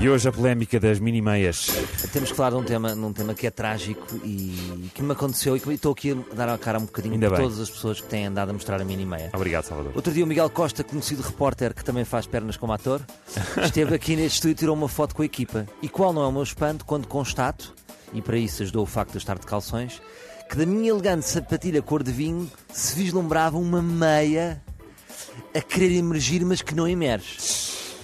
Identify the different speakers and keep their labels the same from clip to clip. Speaker 1: E hoje a polémica das mini-meias.
Speaker 2: Temos que falar de um tema, num tema que é trágico e que me aconteceu e que estou aqui a dar a cara um bocadinho
Speaker 1: Ainda
Speaker 2: por
Speaker 1: bem.
Speaker 2: todas as pessoas que têm andado a mostrar a mini meia.
Speaker 1: Obrigado, Salvador.
Speaker 2: Outro dia o Miguel Costa, conhecido repórter que também faz pernas como ator, esteve aqui neste estúdio e tirou uma foto com a equipa. E qual não é o meu espanto quando constato, e para isso ajudou o facto de eu estar de calções, que da minha elegante sapatilha cor de vinho se vislumbrava uma meia a querer emergir, mas que não emerge.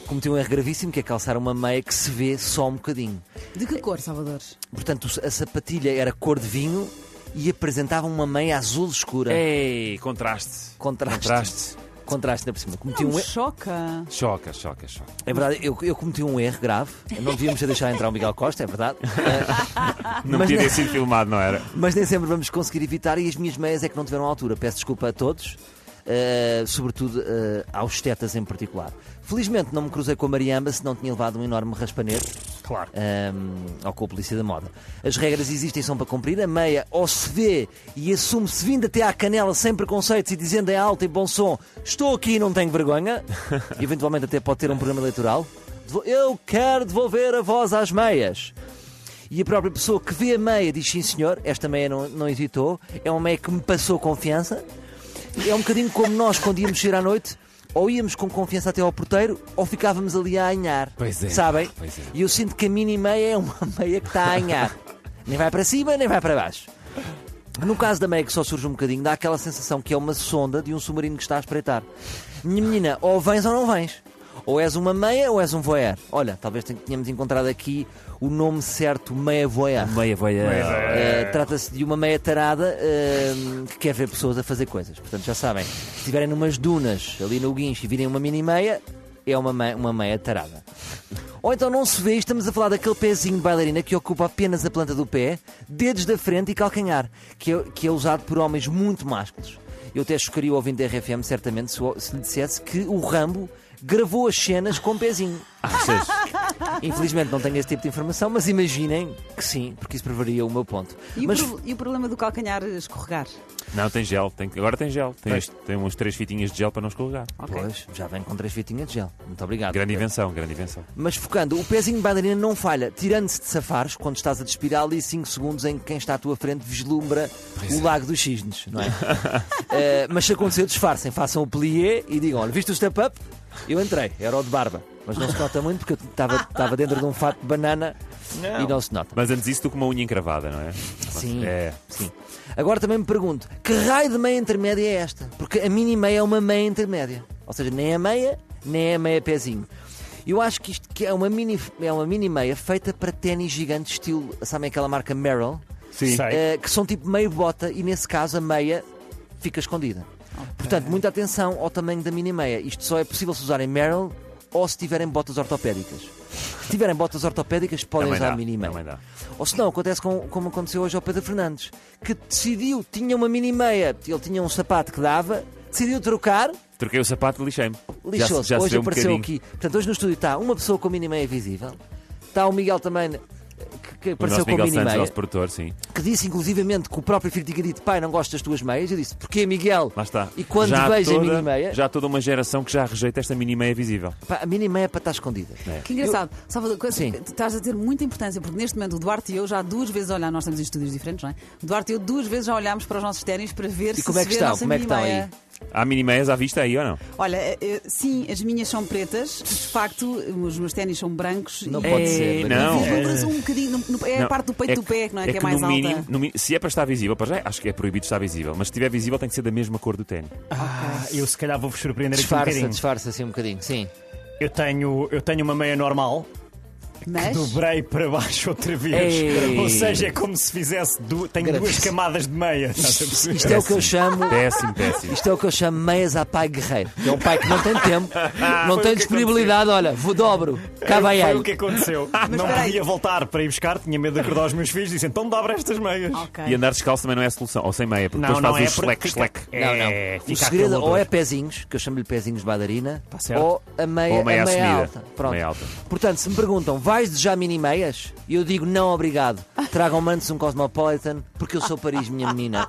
Speaker 2: Cometi um erro gravíssimo que é calçar uma meia que se vê só um bocadinho.
Speaker 3: De que cor, Salvador?
Speaker 2: Portanto, a sapatilha era cor de vinho e apresentava uma meia azul escura.
Speaker 1: Ei, contraste.
Speaker 2: Contraste.
Speaker 1: É. Contraste.
Speaker 2: Contraste na por cima. Cometi
Speaker 3: Não
Speaker 2: um
Speaker 3: me
Speaker 2: erro.
Speaker 3: choca.
Speaker 1: Choca, choca, choca.
Speaker 2: É verdade, eu, eu cometi um erro grave. Não devíamos ter deixado entrar o Miguel Costa, é verdade.
Speaker 1: Não
Speaker 2: Ah, Mas
Speaker 1: podia
Speaker 2: não-
Speaker 1: ter sido filmado, não era?
Speaker 2: Mas nem sempre vamos conseguir evitar e as minhas meias é que não tiveram altura. Peço desculpa a todos, eh, sobretudo eh, aos tetas em particular. Felizmente não me cruzei com a Mariamba, senão tinha levado um enorme raspanete.
Speaker 1: Claro.
Speaker 2: hum, ou com a polícia da moda. As regras existem são para cumprir. A meia ou se vê e assume-se vindo até à canela sem preconceitos e dizendo em alto e bom som: Estou aqui e não tenho vergonha. Eventualmente, até pode ter um programa eleitoral. Devo- Eu quero devolver a voz às meias. E a própria pessoa que vê a meia diz: Sim, senhor, esta meia não, não hesitou. É uma meia que me passou confiança. É um bocadinho como nós quando íamos sair à noite. Ou íamos com confiança até ao porteiro, ou ficávamos ali a anhar.
Speaker 1: Pois é,
Speaker 2: Sabem?
Speaker 1: pois é.
Speaker 2: E eu sinto que a mini meia é uma meia que está a anhar. nem vai para cima, nem vai para baixo. No caso da meia que só surge um bocadinho, dá aquela sensação que é uma sonda de um submarino que está a espreitar. Minha menina, ou vens ou não vens. Ou és uma meia ou és um voyeur. Olha, talvez ten- tenhamos encontrado aqui o nome certo, meia voyeur.
Speaker 4: Meia veia.
Speaker 2: Eh, Trata-se de uma meia tarada ehm, que quer ver pessoas a fazer coisas. Portanto, já sabem, se estiverem numas dunas ali no guincho e virem uma mini meia, é uma meia, uma meia tarada. Ou então não se vê, e estamos a falar daquele pezinho de bailarina que ocupa apenas a planta do pé, dedos da frente e calcanhar, que é, que é usado por homens muito másculos. Eu até chocaria o ouvinte da RFM, certamente, se, o- se lhe dissesse que o Rambo gravou as cenas com o pezinho.
Speaker 1: Ah,
Speaker 2: Infelizmente não tenho esse tipo de informação, mas imaginem que sim, porque isso provaria o meu ponto.
Speaker 3: E,
Speaker 2: mas
Speaker 3: o, pro- e o problema do calcanhar escorregar?
Speaker 1: Não, tem gel. Tem... Agora tem gel. Tem,
Speaker 2: Tem.
Speaker 1: este- tem uns três fitinhas de gel para não escorregar.
Speaker 3: Ok.
Speaker 2: Pois, já vem com três fitinhas de gel. Muito obrigado.
Speaker 1: Grande invenção, grande invenção.
Speaker 2: Mas focando, o pezinho de bailarina não falha, tirando-se de safares quando estás a despirar ali 5 segundos em que quem está à tua frente vislumbra o lago dos cisnes, não é? Eh, mas se acontecer, disfarcem, façam o plié e digam: olha, viste o step-up? Eu entrei, era o de barba. Mas não se nota muito porque eu estava estava dentro de um fato de banana e não se nota.
Speaker 1: Mas antes disso, tu com uma unha encravada, não é?
Speaker 2: Sim.
Speaker 1: É.
Speaker 2: Sim. Agora também me pergunto, que raio de meia intermédia é esta? Porque a mini meia é uma meia intermédia. Ou seja, nem é meia, nem é meia pezinho. Eu acho que isto que é, uma mini, é uma mini meia feita para ténis gigante, estilo, sabem aquela marca Merrill?
Speaker 1: Sim.
Speaker 2: Eh, que são tipo meio bota e nesse caso a meia fica escondida. Portanto, muita atenção ao tamanho da mini meia. Isto só é possível se usarem Merrill ou se tiverem botas ortopédicas. Se tiverem botas ortopédicas, podem
Speaker 1: Também
Speaker 2: usar
Speaker 1: dá.
Speaker 2: a mini meia.
Speaker 1: Também dá.
Speaker 2: Ou se não, acontece com, como aconteceu hoje ao Pedro Fernandes, que decidiu, tinha uma mini meia, ele tinha um sapato que dava, decidiu trocar,
Speaker 1: Troquei o sapato e lixei-me. Já se-
Speaker 2: lixou-se.
Speaker 1: já se
Speaker 2: Hoje
Speaker 1: vê um
Speaker 2: apareceu
Speaker 1: bocadinho.
Speaker 2: aqui. Portanto, hoje no estúdio está uma pessoa com mini meia visível, está o Miguel também, eh, que, que
Speaker 1: O
Speaker 2: apareceu
Speaker 1: nosso
Speaker 2: com
Speaker 1: Miguel
Speaker 2: mini
Speaker 1: Santos,
Speaker 2: meia,
Speaker 1: nosso produtor, sim.
Speaker 2: que disse inclusivamente que o próprio filho tinha dito: pai, não gosto das tuas meias. Eu disse: porquê, Miguel?
Speaker 1: Lá está.
Speaker 2: E quando
Speaker 1: já há
Speaker 2: vejo a
Speaker 1: toda,
Speaker 2: mini meia,
Speaker 1: Já há toda uma geração que já rejeita esta mini meia visível.
Speaker 2: pá, a mini meia é para estar escondida.
Speaker 3: Que engraçado. Salvador, coisa
Speaker 2: Sim.
Speaker 3: que tu estás a ter muita importância, porque neste momento o Duarte e eu já duas vezes olhar, nós estamos em estúdios diferentes, não é? O Duarte e eu duas vezes já olhámos para os nossos ténis para ver
Speaker 2: E
Speaker 3: se
Speaker 2: como é que
Speaker 3: se vê a
Speaker 2: estão?
Speaker 3: nossa
Speaker 2: Como é que estão
Speaker 3: mini-meia.
Speaker 2: aí?
Speaker 1: Há mini meias à vista aí ou não?
Speaker 3: Olha, eh, eh, sim, as minhas são pretas, de facto, os meus ténis são brancos
Speaker 2: Não
Speaker 3: e
Speaker 2: pode
Speaker 1: Ei,
Speaker 2: ser. Daniel.
Speaker 1: não.
Speaker 3: vislumbras um bocadinho, no- no- é
Speaker 1: Não,
Speaker 3: a parte do peito do pé, não é? que é
Speaker 1: que
Speaker 3: mais
Speaker 1: no
Speaker 3: alta.
Speaker 1: mínimo- no mínimo- se é para estar visível, para já acho que é proibido estar visível, mas se estiver visível tem que ser da mesma cor do ténis.
Speaker 4: Ah, eu se calhar vou-vos surpreender aqui um
Speaker 2: Disfarça,
Speaker 4: bocadinho.
Speaker 2: disfarça assim um bocadinho, sim.
Speaker 4: Eu tenho, eu tenho uma meia normal que
Speaker 3: Mas
Speaker 4: dobrei para baixo outra vez.
Speaker 1: Ei.
Speaker 4: Ou seja, é como se fizesse. Du... Tenho duas
Speaker 2: Gravíssimo.
Speaker 4: camadas de meia. Estás a perceber?
Speaker 2: Isto é o que
Speaker 1: assim.
Speaker 2: eu chamo
Speaker 1: Péssimo, péssimo.
Speaker 2: Isto é o que eu chamo meias à pai guerreiro. É um pai que não tem tempo, não tem disponibilidade. Olha, vou dobro, cá vai
Speaker 4: Foi
Speaker 2: ele.
Speaker 4: o que aconteceu. Não
Speaker 3: espera aí.
Speaker 4: podia voltar para ir buscar, tinha medo de acordar os meus filhos. Disse então dobra estas meias.
Speaker 3: Ok.
Speaker 1: E andar descalço também não é a solução, ou sem meia, porque depois faz o
Speaker 4: porque
Speaker 1: slack,
Speaker 4: é fica-
Speaker 1: slack.
Speaker 2: Não, não.
Speaker 4: É,
Speaker 2: o
Speaker 4: fica aquele
Speaker 2: segredo ou é
Speaker 4: odor.
Speaker 2: pezinhos, que eu chamo-lhe pezinhos de bailarina,
Speaker 4: Tá certo.
Speaker 2: ou a meia,
Speaker 1: Ou a
Speaker 2: a
Speaker 1: meia
Speaker 2: meia
Speaker 1: assumida.
Speaker 2: alta. Pronto.
Speaker 1: Meia alta.
Speaker 2: Portanto, se me perguntam, vais desejar mini meias? Eu digo não, obrigado. Tragam-me antes um Cosmopolitan, porque eu sou Paris, minha menina.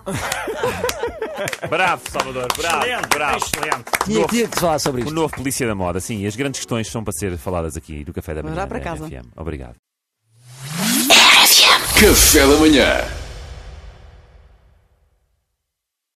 Speaker 1: Bravo, Salvador. Bravo, bravo.
Speaker 4: é- excelente.
Speaker 2: Tinha, tinha que falar sobre
Speaker 1: O
Speaker 2: isto.
Speaker 1: novo Polícia da Moda, sim, as grandes questões são para ser faladas aqui do Café da
Speaker 3: Vou
Speaker 1: Manhã.
Speaker 3: já para
Speaker 1: na
Speaker 3: casa.
Speaker 1: RFM. Obrigado.
Speaker 5: Café da Manhã